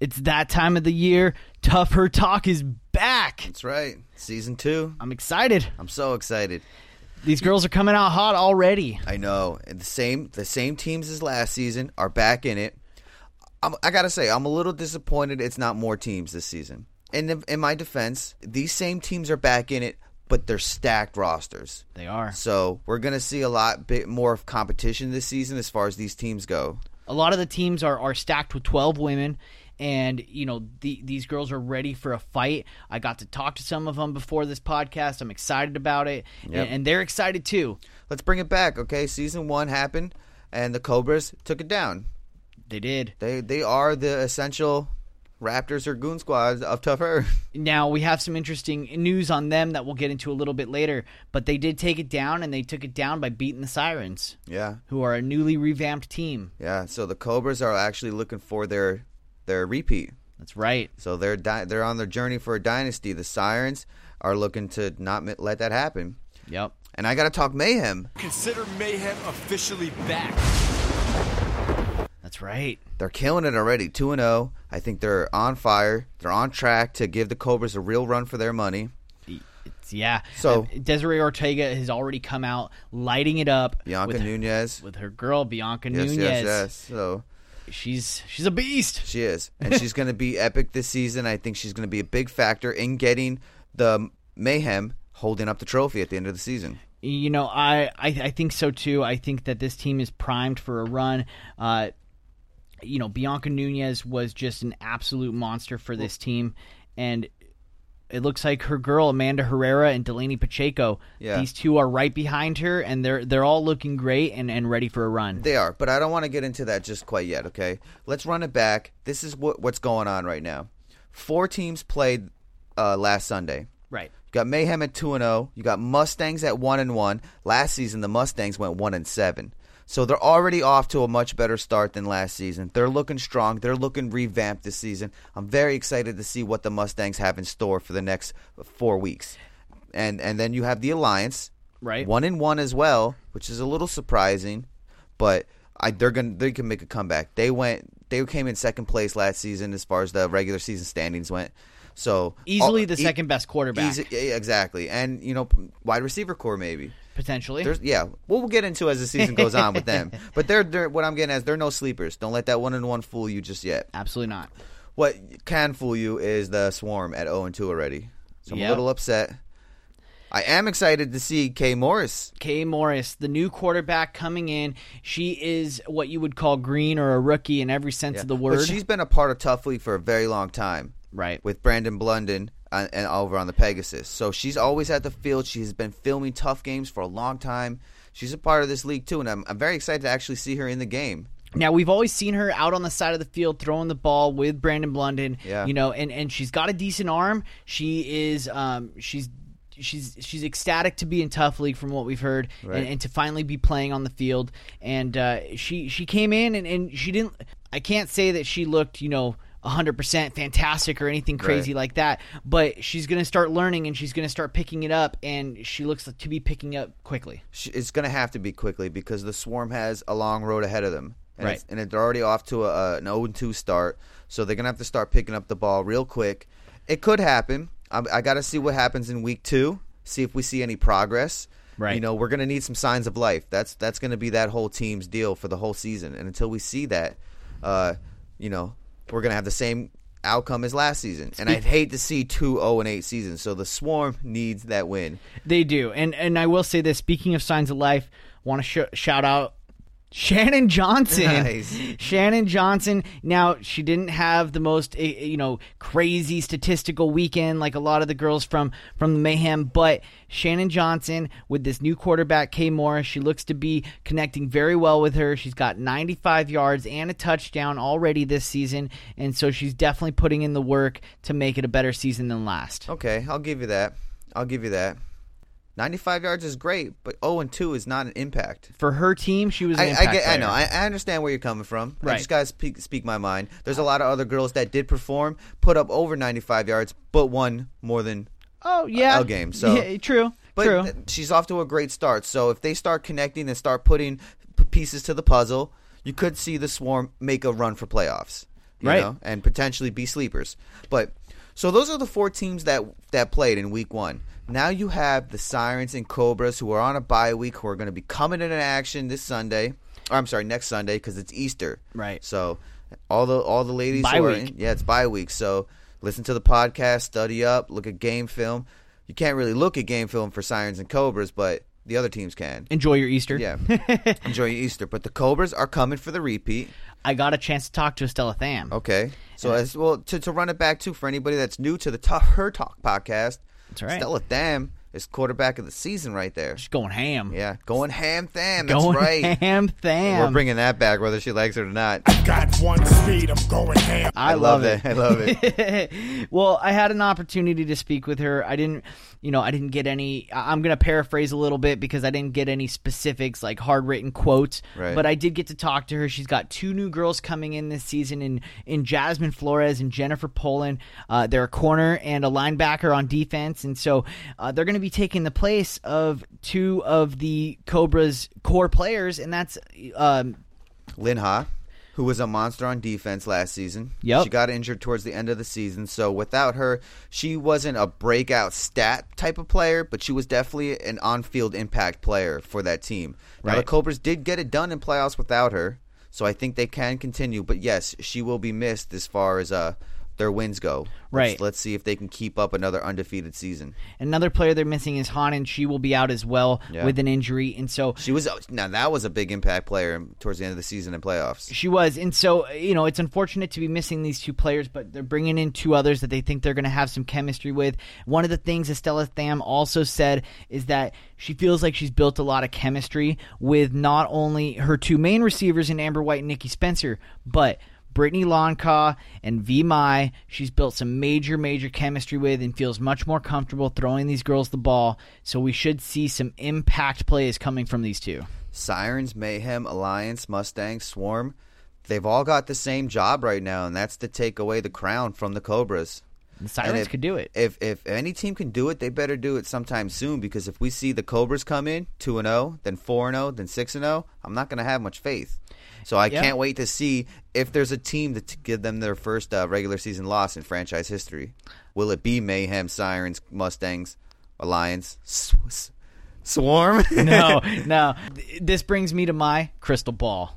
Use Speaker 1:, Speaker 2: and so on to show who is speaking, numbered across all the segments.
Speaker 1: It's that time of the year. Tougher Talk is back.
Speaker 2: That's right. Season two.
Speaker 1: I'm excited.
Speaker 2: I'm so excited.
Speaker 1: These girls are coming out hot already.
Speaker 2: I know. And the same the same teams as last season are back in it. I'm, I gotta say, I'm a little disappointed. It's not more teams this season. And in, in my defense, these same teams are back in it, but they're stacked rosters.
Speaker 1: They are.
Speaker 2: So we're gonna see a lot bit more of competition this season as far as these teams go.
Speaker 1: A lot of the teams are, are stacked with 12 women, and, you know, the, these girls are ready for a fight. I got to talk to some of them before this podcast. I'm excited about it, and-
Speaker 2: Yep.
Speaker 1: and, they're excited too.
Speaker 2: Let's bring it back, okay? Season one happened, and the Cobras took it down.
Speaker 1: They did.
Speaker 2: They they are the essential Raptors or Goon Squad of Tough Earth.
Speaker 1: Now, we have some interesting news on them that we'll get into a little bit later, but they did take it down, and they took it down by beating the Sirens,
Speaker 2: yeah,
Speaker 1: who are a newly revamped team.
Speaker 2: yeah. So the Cobras are actually looking for their their repeat.
Speaker 1: That's right.
Speaker 2: So they're di- they're on their journey for a dynasty. The Sirens are looking to not mi- let that happen.
Speaker 1: Yep.
Speaker 2: And I got to talk mayhem.
Speaker 3: Consider Mayhem officially back.
Speaker 1: That's right.
Speaker 2: They're killing it already, two and zero. I think they're on fire. They're on track to give the Cobras a real run for their money.
Speaker 1: It's, yeah.
Speaker 2: So-
Speaker 1: Um, Desiree Ortega has already come out lighting it up
Speaker 2: Bianca
Speaker 1: with,
Speaker 2: Nunez.
Speaker 1: with her girl Bianca
Speaker 2: yes,
Speaker 1: Nunez.
Speaker 2: yes, yes. So
Speaker 1: She's she's a beast.
Speaker 2: She is, and she's going to be epic this season. I think she's going to be a big factor in getting the mayhem holding up the trophy at the end of the season.
Speaker 1: You know, I, I I think so too. I think that this team is primed for a run. Uh you know, Bianca Nunez was just an absolute monster for this team and it looks like her girl Amanda Herrera and Delaney Pacheco.
Speaker 2: Yeah.
Speaker 1: These two are right behind her and they're they're all looking great and, and ready for a run.
Speaker 2: They are, but I don't want to get into that just quite yet. Okay, let's run it back. This is what what's going on right now. Four teams played uh, last Sunday.
Speaker 1: right.
Speaker 2: You got Mayhem at two and zero. You got Mustangs at one and one. Last season, the Mustangs went one and seven. So they're already off to a much better start than last season. They're looking strong. They're looking revamped this season. I'm very excited to see what the Mustangs have in store for the next four weeks. And and then you have the Alliance,
Speaker 1: Right.
Speaker 2: One and one as well, which is a little surprising, but I they're gonna they can make a comeback. They went they came in second place last season as far as the regular season standings went. So
Speaker 1: Easily
Speaker 2: all-
Speaker 1: the
Speaker 2: e-
Speaker 1: second best quarterback
Speaker 2: Easy, yeah, e, exactly, and you know, p- wide receiver core maybe.
Speaker 1: potentially.
Speaker 2: There's yeah, well, we'll get into as the season goes on with them. But they're, they're what I'm getting at is they're no sleepers. Don't let that one and one fool you just yet.
Speaker 1: Absolutely not.
Speaker 2: What can fool you is the swarm at 0 and 2 already. So I'm
Speaker 1: Yeah.
Speaker 2: a little upset. I am excited to see Kay Morris.
Speaker 1: Kay Morris, the new quarterback coming in. She is what you would call green or a rookie in every sense of the
Speaker 2: But
Speaker 1: word.
Speaker 2: she's been a part of Tough League for a very long time.
Speaker 1: Right.
Speaker 2: With Brandon Blunden uh, and over on the Pegasus. So she's always at the field. She has been filming tough games for a long time. She's a part of this league too, and I'm, I'm very excited to actually see her in the game.
Speaker 1: now we've always seen her out on the side of the field throwing the ball with Brandon Blunden.
Speaker 2: Yeah.
Speaker 1: You know, and, and she's got a decent arm. She is um she's she's she's ecstatic to be in tough league from what we've heard
Speaker 2: Right.
Speaker 1: and, and to finally be playing on the field. And uh, she she came in and, and she didn't I can't say that she looked, you know, 100% fantastic or anything crazy
Speaker 2: Right.
Speaker 1: like that, but she's going to start learning and she's going to start picking it up and she looks to be picking up quickly.
Speaker 2: She, it's going to have to be quickly because the Swarm has a long road ahead of them. And
Speaker 1: Right.
Speaker 2: it's- And they're already off to a, an 0 2 start, so they're going to have to start picking up the ball real quick. It could happen. I, I got to see what happens in week two, see if we see any progress.
Speaker 1: Right.
Speaker 2: You know, we're going to need some signs of life. That's that's going to be that whole team's deal for the whole season. And until we see that, uh, you know, we're going to have the same outcome as last season. and I'd hate to see two 0 and 8 seasons. So the Swarm needs that win.
Speaker 1: They do, and and I will say this. Speaking of signs of life, want to sh- shout out Shannon Johnson.
Speaker 2: Nice.
Speaker 1: Shannon Johnson. Now she didn't have the most eh, eh, you know crazy statistical weekend like a lot of the girls from from the mayhem, but Shannon Johnson with this new quarterback Kay Morris, she looks to be connecting very well with her. She's got 95 yards and a touchdown already this season, and so she's definitely putting in the work to make it a better season than last.
Speaker 2: Okay, I'll give you that. I'll give you that. 95 yards is great, but 0 and 2 is not an impact.
Speaker 1: For her team, she was an
Speaker 2: I, I
Speaker 1: impact
Speaker 2: get, I know.
Speaker 1: player.
Speaker 2: I, I understand where you're coming from.
Speaker 1: Right.
Speaker 2: I just gotta speak, speak my mind. There's a lot of other girls that did perform, put up over 95 yards, but one more than.
Speaker 1: Oh yeah,
Speaker 2: a game, so-
Speaker 1: Yeah, true,
Speaker 2: But
Speaker 1: true.
Speaker 2: th- she's off to a great start. So if they start connecting and start putting p- pieces to the puzzle, you could see the Swarm make a run for playoffs. you
Speaker 1: Right.
Speaker 2: know, and potentially be sleepers. But so those are the four teams that that played in week one. Now you have the Sirens and Cobras who are on a bye week who are going to be coming into action this Sunday. Or I'm sorry, next Sunday because it's Easter.
Speaker 1: Right.
Speaker 2: So all the all the ladies
Speaker 1: Bye
Speaker 2: who are
Speaker 1: week.
Speaker 2: in- yeah, it's bye week. So listen to the podcast, study up, look at game film. You can't really look at game film for Sirens and Cobras, but the other teams can.
Speaker 1: Enjoy your Easter.
Speaker 2: Yeah. Enjoy your Easter. But the Cobras are coming for the repeat.
Speaker 1: I got a chance to talk to Estella Tham.
Speaker 2: Okay. So as well to, to run it back too for anybody that's new to the Tough Her Talk podcast.
Speaker 1: That's right.
Speaker 2: Stella Tham is quarterback of the season right there.
Speaker 1: She's going ham.
Speaker 2: Yeah, going ham tham. That's
Speaker 1: Going
Speaker 2: right.
Speaker 1: ham Tham.
Speaker 2: We're bringing that back, whether she likes it or not.
Speaker 4: Got one speed, I'm going ham.
Speaker 1: I,
Speaker 2: love
Speaker 1: it.
Speaker 2: it. I love it.
Speaker 1: well, I had an opportunity to speak with her. I didn't, you know, I didn't get any. I- I'm going to paraphrase a little bit because I didn't get any specifics, like hard written quotes.
Speaker 2: Right.
Speaker 1: But I did get to talk to her. She's got two new girls coming in this season in, in Jasmine Flores and Jennifer Poland. Uh, they're a corner and a linebacker on defense. And so uh, they're going to be taking the place of two of the Cobras' core players, and that's um,
Speaker 2: Lin Ha, who was a monster on defense last season.
Speaker 1: Yep.
Speaker 2: She got injured towards the end of the season. So without her, she wasn't a breakout stat type of player, but she was definitely an on field impact player for that team. Now, the
Speaker 1: Right.
Speaker 2: Cobras did get it done in playoffs without her. So I think they can continue. But yes, she will be missed as far as uh, their wins go.
Speaker 1: Right.
Speaker 2: Let's, let's see if they can keep up another undefeated season.
Speaker 1: Another player they're missing is Hanan. She will be out as well
Speaker 2: Yeah.
Speaker 1: with an injury, and so
Speaker 2: She was now that was a big impact player towards the end of the season in playoffs.
Speaker 1: she was. And so you know, it's unfortunate to be missing these two players, but they're bringing in two others that they think they're going to have some chemistry with. One of the things Estella Tham also said is that she feels like she's built a lot of chemistry with not only her two main receivers in Amber White and Nikki Spencer, but Brittany Lonka and V Mai, she's built some major, major chemistry with and feels much more comfortable throwing these girls the ball. So we should see some impact plays coming from these two.
Speaker 2: Sirens, Mayhem, Alliance, Mustang, Swarm, they've all got the same job right now, and that's to take away the crown from the Cobras.
Speaker 1: The
Speaker 2: And
Speaker 1: Sirens
Speaker 2: if-
Speaker 1: could do it.
Speaker 2: If if any team can do it, they better do it sometime soon because if we see the Cobras come in 2 and 0, then 4 and 0, then 6 and 0, I'm not going to have much faith. So I
Speaker 1: Yeah.
Speaker 2: can't wait to see if there's a team to give them their first uh, regular season loss in franchise history. Will it be Mayhem, Sirens, Mustangs, Alliance, S- S- Swarm?
Speaker 1: no, no. Th- This brings me to my crystal ball.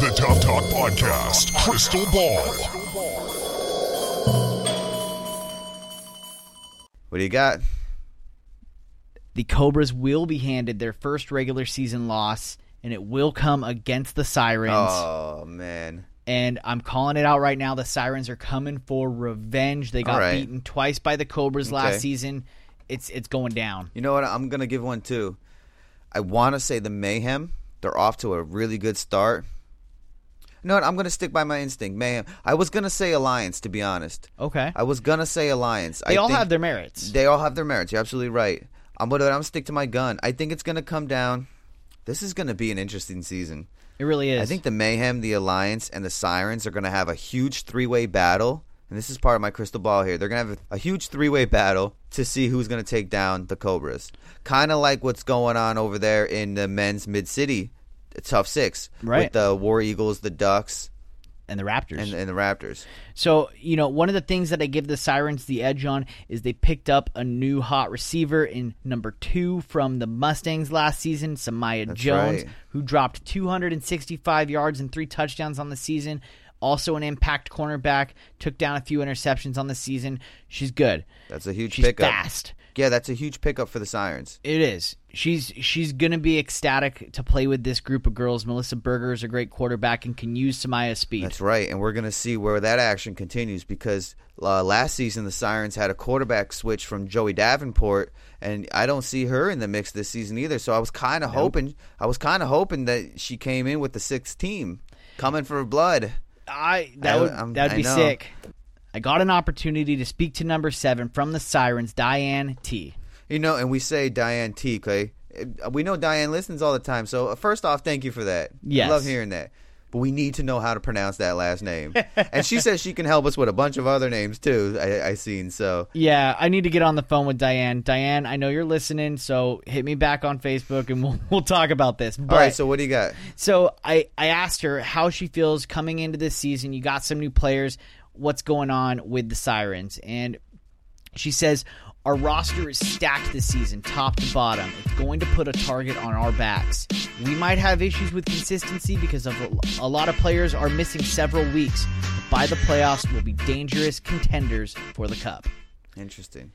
Speaker 4: The Tough Talk Podcast, Crystal Ball.
Speaker 2: what do you got?
Speaker 1: The Cobras will be handed their first regular season loss, and it will come against the Sirens.
Speaker 2: Oh man.
Speaker 1: And I'm calling it out right now. The Sirens are coming for revenge. They got
Speaker 2: All right.
Speaker 1: beaten twice by the Cobras last
Speaker 2: Okay.
Speaker 1: season. It's it's going down.
Speaker 2: You know what? I'm gonna give one too. I want to say the Mayhem. They're off to a really good start. You know what? I'm gonna stick by my instinct. Mayhem. I was gonna say Alliance, to be honest.
Speaker 1: Okay.
Speaker 2: I was gonna say Alliance.
Speaker 1: They
Speaker 2: I
Speaker 1: all
Speaker 2: think
Speaker 1: have their merits.
Speaker 2: They all have their merits. You're absolutely right. I'm gonna. I'm gonna stick to my gun. I think it's gonna come down. This is gonna be an interesting season.
Speaker 1: it really is.
Speaker 2: I think the Mayhem, the Alliance, and the Sirens are going to have a huge three way battle. And this is part of my crystal ball here. They're going to have a huge three way battle to see who's going to take down the Cobras. Kind of like what's going on over there in the men's mid city tough six
Speaker 1: Right.
Speaker 2: with the War Eagles, the Ducks,
Speaker 1: and the Raptors.
Speaker 2: and, and the Raptors.
Speaker 1: So, you know, one of the things that I give the Sirens the edge on is they picked up a new hot receiver in number two from the Mustangs last season, Samaya Jones,
Speaker 2: right.
Speaker 1: who dropped 265 yards and three touchdowns on the season. Also, an impact cornerback, took down a few interceptions on the season. She's good.
Speaker 2: That's a huge
Speaker 1: She's
Speaker 2: pickup.
Speaker 1: fast.
Speaker 2: Yeah, that's a huge pickup for the Sirens.
Speaker 1: It is. She's she's gonna be ecstatic to play with this group of girls. Melissa Berger is a great quarterback and can use Samaya's speed.
Speaker 2: That's right, and we're going to see where that action continues because uh, last season the Sirens had a quarterback switch from Joey Davenport, and I don't see her in the mix this season either. So I was kind of hoping, I was kind of hoping that she came in with the sixth team, coming for blood.
Speaker 1: I that
Speaker 2: I-
Speaker 1: would
Speaker 2: I'm-
Speaker 1: that would
Speaker 2: I
Speaker 1: be
Speaker 2: know.
Speaker 1: sick. I got an opportunity to speak to number seven from the Sirens, Diane T.
Speaker 2: You know, and we say Diane T. Clay. Uh, We know Diane listens all the time, so uh, first off, thank you for that.
Speaker 1: Yes.
Speaker 2: love hearing that. but we need to know how to pronounce that last name. and she says she can help us with a bunch of other names too. I, I seen so.
Speaker 1: Yeah, I need to get on the phone with Diane. Diane, I know you're listening, so hit me back on Facebook and we'll we'll talk about this. But,
Speaker 2: All right, so what do you got?
Speaker 1: So I, I asked her how she feels coming into this season. You got some new players. What's going on with the Sirens? And she says, Our roster is stacked this season, top to bottom. It's going to put a target on our backs. We might have issues with consistency because of a lot of players are missing several weeks. But by the playoffs, we'll be dangerous contenders for the Cup
Speaker 2: Interesting.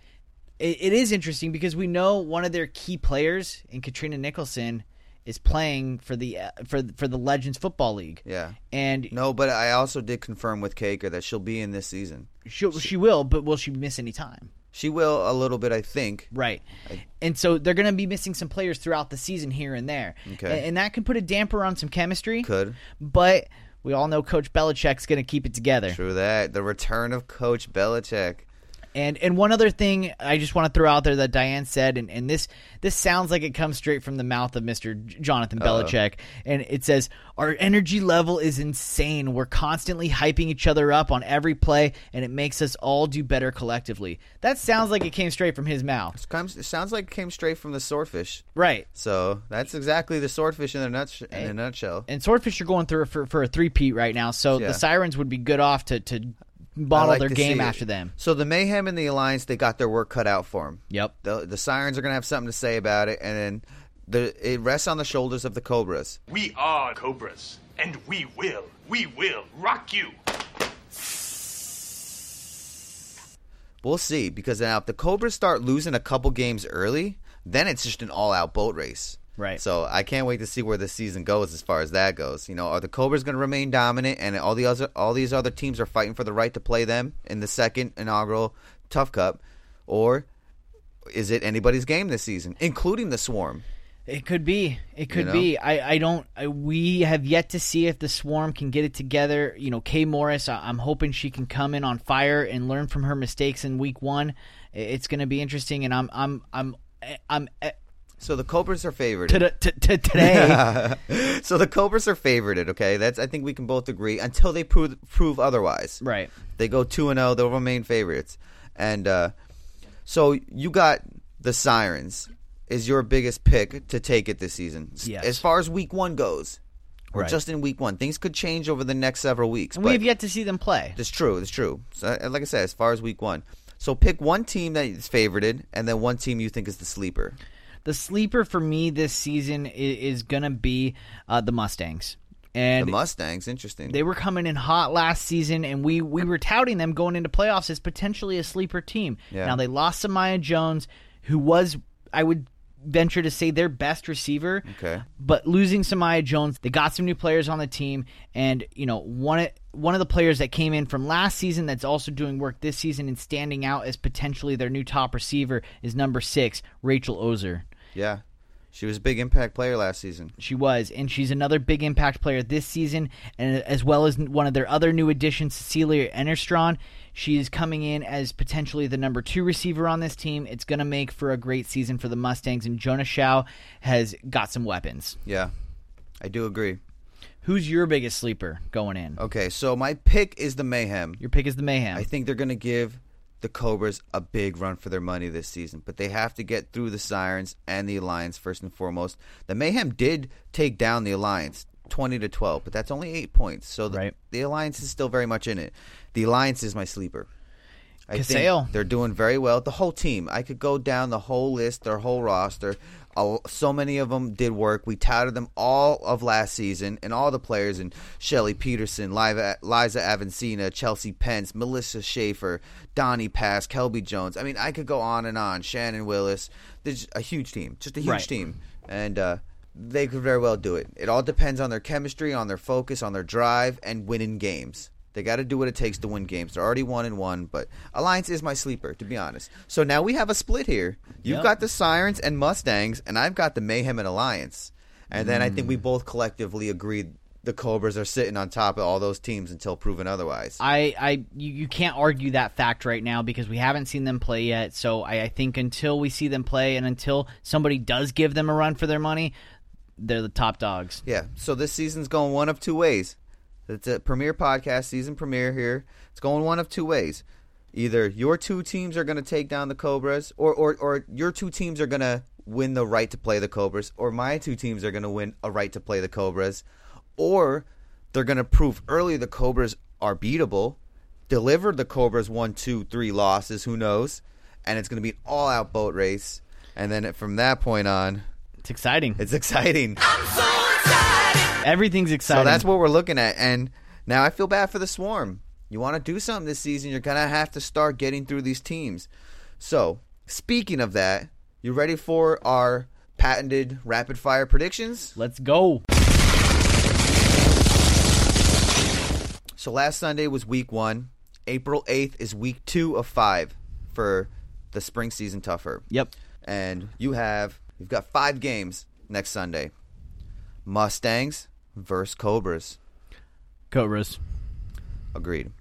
Speaker 1: it, it is interesting because we know one of their key players in Katrina Nicholson is playing for the uh, for for the Legends Football League.
Speaker 2: Yeah.
Speaker 1: and
Speaker 2: No, but I also did confirm with Kaker that she'll be in this season.
Speaker 1: she she will, but will she miss any time?
Speaker 2: She will a little bit, I think.
Speaker 1: Right, and so they're going to be missing some players throughout the season here and there,
Speaker 2: Okay.
Speaker 1: A- and, that can put a damper on some chemistry.
Speaker 2: Could.
Speaker 1: but we all know Coach Belichick's going to keep it together.
Speaker 2: True that. The return of Coach Belichick.
Speaker 1: And and one other thing I just want to throw out there that Diane said, and, and this this sounds like it comes straight from the mouth of Mister Jonathan Belichick, and it says our energy level is insane. We're constantly hyping each other up on every play, and it makes us all do better collectively. That sounds like it came straight from his mouth,
Speaker 2: It, comes, it sounds like it came straight from the swordfish.
Speaker 1: right?
Speaker 2: So that's exactly the swordfish in a, nutsh- in a nutshell.
Speaker 1: And Swordfish are going through for for a three peat right now, so
Speaker 2: Yeah.
Speaker 1: the Sirens would be good off to to
Speaker 2: I
Speaker 1: bottle
Speaker 2: like
Speaker 1: their
Speaker 2: to
Speaker 1: game
Speaker 2: see it.
Speaker 1: after them.
Speaker 2: So the Mayhem and the Alliance, they got their work cut out for them.
Speaker 1: Yep.
Speaker 2: The, the Sirens are going to have something to say about it, and then the, it rests on the shoulders of the Cobras.
Speaker 5: We are Cobras, and we will, we will rock you.
Speaker 2: We'll see, because now if the Cobras start losing a couple games early, then it's just an all-out boat race.
Speaker 1: Right.
Speaker 2: So I can't wait to see where the season goes as far as that goes. You know, are the Cobras going to remain dominant, and all the other all these other teams are fighting for the right to play them in the second inaugural Tough Cup, or is it anybody's game this season, including the Swarm?
Speaker 1: It could be. It could
Speaker 2: know?
Speaker 1: be. I, I don't. I, we have yet to see if the swarm can get it together. You know, Kay Morris. I, I'm hoping she can come in on fire and learn from her mistakes in week one. I- It's going to be interesting, and I'm I'm I'm I'm eh,
Speaker 2: So the Cobras are favored.
Speaker 1: to- to- to- today.
Speaker 2: So the Cobras are favored. Okay, that's I think we can both agree until they prove prove otherwise.
Speaker 1: right.
Speaker 2: They go two and oh, zero. They'll remain favorites. And uh, so you got the Sirens is your biggest pick to take it this season. S-
Speaker 1: Yes.
Speaker 2: As far as Week One goes, or
Speaker 1: Right.
Speaker 2: just in Week One, things could change over the next several weeks.
Speaker 1: And
Speaker 2: but
Speaker 1: we've yet to see them play.
Speaker 2: it's true. It's true. So, uh, like I said, as far as Week One, so pick one team that is favorited, and then one team you think is the sleeper.
Speaker 1: The sleeper for me this season is, is going to be uh, the Mustangs.
Speaker 2: The
Speaker 1: And
Speaker 2: Mustangs, interesting.
Speaker 1: They were coming in hot last season, and we we were touting them going into playoffs as potentially a sleeper team.
Speaker 2: Yeah.
Speaker 1: Now they lost Samaya Jones, who was I would venture to say their best receiver.
Speaker 2: Okay.
Speaker 1: But losing Samaya Jones, they got some new players on the team, and you know one one of the players that came in from last season that's also doing work this season and standing out as potentially their new top receiver is number six Rachel Ozer.
Speaker 2: yeah, she was a big impact player last season.
Speaker 1: She was, and she's another big impact player this season, and as well as one of their other new additions, Cecilia Enerstron. She is coming in as potentially the number two receiver on this team. It's going to make for a great season for the Mustangs, and Jonah Shao has got some weapons.
Speaker 2: Yeah, I do agree.
Speaker 1: Who's your biggest sleeper going in?
Speaker 2: Okay, so my pick is the Mayhem.
Speaker 1: Your pick is the Mayhem.
Speaker 2: Oh. I think they're going to give the Cobras a big run for their money this season, but they have to get through the Sirens and the Alliance first and foremost. The Mayhem did take down the Alliance 20 to 12, but that's only 8 points. So the,
Speaker 1: Right.
Speaker 2: the Alliance is still very much in it. The Alliance is my sleeper. I
Speaker 1: Casale.
Speaker 2: think they're doing very well. The whole team. I could go down the whole list, their whole roster. A- So many of them did work. We touted them all of last season, and all the players and Shelly Peterson, Liva- Liza Avancina, Chelsea Pence, Melissa Schaefer, Donnie Pass, Kelby Jones. I mean, I could go on and on. Shannon Willis. There's a huge team, just a huge
Speaker 1: Right.
Speaker 2: team, and uh, they could very well do it. It all depends on their chemistry, on their focus, on their drive, and winning games. They got to do what it takes to win games. They're already one and one, but Alliance is my sleeper, to be honest. So now we have a split here. You've
Speaker 1: Yep.
Speaker 2: got the Sirens and Mustangs, and I've got the Mayhem and Alliance. And then I think we both collectively agreed the Cobras are sitting on top of all those teams until proven otherwise.
Speaker 1: I, I you, you can't argue that fact right now because we haven't seen them play yet. So I, I think until we see them play and until somebody does give them a run for their money, they're the top dogs.
Speaker 2: yeah. So this season's going one of two ways. It's a premier podcast, season premiere here. It's going one of two ways. Either your two teams are going to take down the Cobras, or, or, or your two teams are going to win the right to play the Cobras, or my two teams are going to win a right to play the Cobras, or they're going to prove early the Cobras are beatable, deliver the Cobras one, two, three losses, who knows, and it's going to be an all out boat race. And then from that point on,
Speaker 1: It's exciting.
Speaker 2: it's exciting.
Speaker 1: Everything's exciting.
Speaker 2: So that's what we're looking at. And now I feel bad for the Swarm. You want to do something this season, you're going to have to start getting through these teams. So, speaking of that, you ready for our patented rapid fire predictions?
Speaker 1: Let's go.
Speaker 2: So, last Sunday was week one. April 8th is week two of five for the spring season tougher.
Speaker 1: Yep.
Speaker 2: And you have, you've got five games next Sunday Mustangs versus Cobras.
Speaker 1: Cobras.
Speaker 2: Agreed.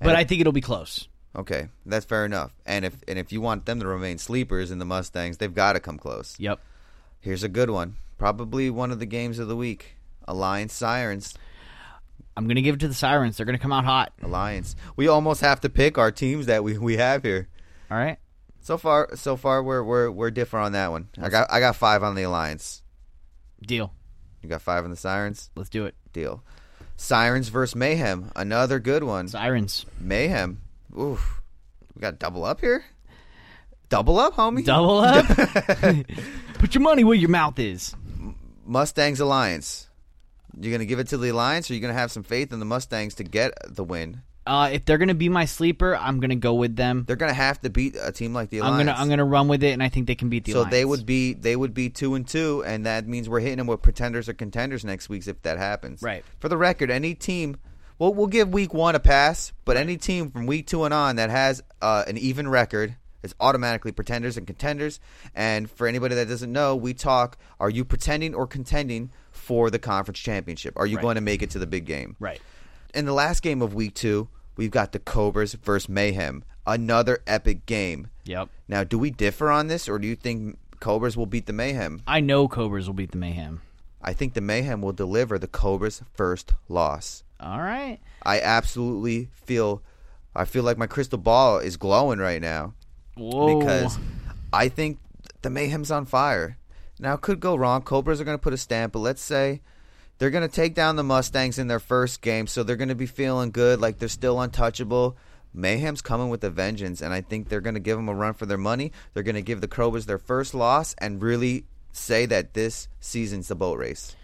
Speaker 1: But I think it'll be close.
Speaker 2: Okay, that's fair enough. And if and if you want them to remain sleepers in the Mustangs, they've got to come close.
Speaker 1: Yep.
Speaker 2: Here's a good one. Probably one of the games of the week. Alliance Sirens.
Speaker 1: I'm going to give it to the Sirens. They're going to come out hot.
Speaker 2: Alliance. We almost have to pick our teams that we, we have here.
Speaker 1: All right.
Speaker 2: So far so far we're we're we're different on that one. I got I got 5 on the Alliance.
Speaker 1: Deal.
Speaker 2: You got 5 on the Sirens.
Speaker 1: Let's do it.
Speaker 2: Deal. Sirens versus Mayhem. Another good one.
Speaker 1: Sirens.
Speaker 2: Mayhem. Oof. We got double up here? Double up, homie?
Speaker 1: Double up. Put your money where your mouth is.
Speaker 2: Mustangs Alliance. You're gonna give it to the Alliance, or you're gonna have some faith in the Mustangs to get the win.
Speaker 1: Uh, if they're going to be my sleeper, I'm going to go with them.
Speaker 2: They're gonna have to beat a team like the
Speaker 1: I'm
Speaker 2: Alliance.
Speaker 1: going to I'm going to run with it and I think they can beat the
Speaker 2: so they
Speaker 1: Alliance.
Speaker 2: would be they would be two and two, and that means we're hitting them with pretenders or contenders next week if that happens.
Speaker 1: Right.
Speaker 2: For the record, any team, well, we'll give week one a pass, but any team from week two and on that has uh, an even record is automatically pretenders and contenders. And for anybody that doesn't know, we talk: Are you pretending or contending for the conference championship? Are you going to make it to the big game?
Speaker 1: Right.
Speaker 2: In the last game of week two, we've got the Cobras versus Mayhem. Another epic game.
Speaker 1: Yep.
Speaker 2: Now, do we differ on this, or do you think Cobras will beat the Mayhem?
Speaker 1: I know Cobras will beat the Mayhem.
Speaker 2: I think the Mayhem will deliver the Cobras' first loss.
Speaker 1: All right.
Speaker 2: I absolutely feel, I feel like my crystal ball is glowing right now
Speaker 1: Whoa.
Speaker 2: because I think the Mayhem's on fire. Now, it could go wrong. Cobras are going to put a stamp, but let's say they're going to take down the Mustangs in their first game, so they're going to be feeling good, like they're still untouchable. Mayhem's coming with a vengeance, and I think they're going to give them a run for their money. They're going to give the Cobras their first loss and really say that this season's the boat race.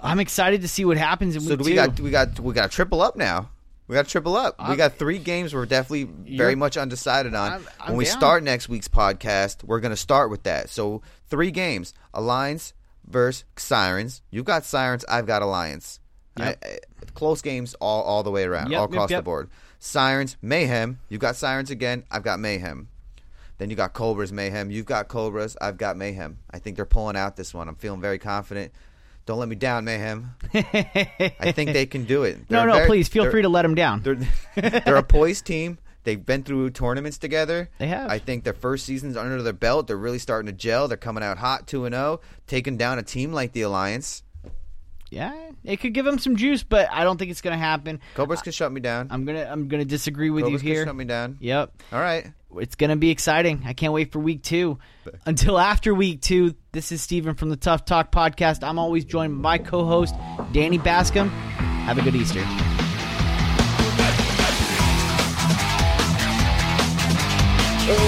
Speaker 1: I'm excited to see what happens in
Speaker 2: So
Speaker 1: week
Speaker 2: do
Speaker 1: two.
Speaker 2: we got we got we got to triple up now. We got to triple up. we got three games we're definitely very
Speaker 1: You're-
Speaker 2: much undecided on.
Speaker 1: I'm- I'm
Speaker 2: when we
Speaker 1: down.
Speaker 2: start next week's podcast, we're going to start with that. So three games: Alliance versus Sirens. You got Sirens. I've got Alliance.
Speaker 1: Yep.
Speaker 2: I- I- close games all all the way around,
Speaker 1: Yep,
Speaker 2: all
Speaker 1: yep,
Speaker 2: across the
Speaker 1: yep.
Speaker 2: board. Sirens, Mayhem. You got Sirens again. I've got Mayhem. Then you got Cobras Mayhem. You've got Cobras. I've got Mayhem. I think they're pulling out this one. I'm feeling very confident. Don't let me down, Mayhem. I think they can do it.
Speaker 1: no,
Speaker 2: They're
Speaker 1: no,
Speaker 2: very-
Speaker 1: please feel
Speaker 2: they're-
Speaker 1: free to let them down.
Speaker 2: They're, they're a poised team. They've been through tournaments together.
Speaker 1: They have.
Speaker 2: I think their first season's under their belt. They're really starting to gel. They're coming out hot 2 and 0, taking down a team like the Alliance.
Speaker 1: Yeah, it could give them some juice, but I don't think it's going to happen.
Speaker 2: Cobras can shut me down.
Speaker 1: I'm gonna I'm gonna disagree with
Speaker 2: Cobras
Speaker 1: you
Speaker 2: can
Speaker 1: here.
Speaker 2: shut me down.
Speaker 1: Yep,
Speaker 2: All right.
Speaker 1: it's gonna be exciting. I can't wait for week two. Until after week two, this is Steven from the Tough Talk podcast. I'm always joined by my co-host Danny Bascom. Have a good Easter.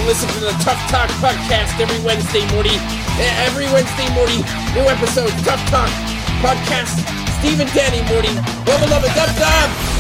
Speaker 6: Listen to the Tough Talk podcast every Wednesday, Morty. Eh, Every Wednesday, Morty. New episode, Tough Talk podcast. Steve and Danny, Morty. Love, love, dub, dub.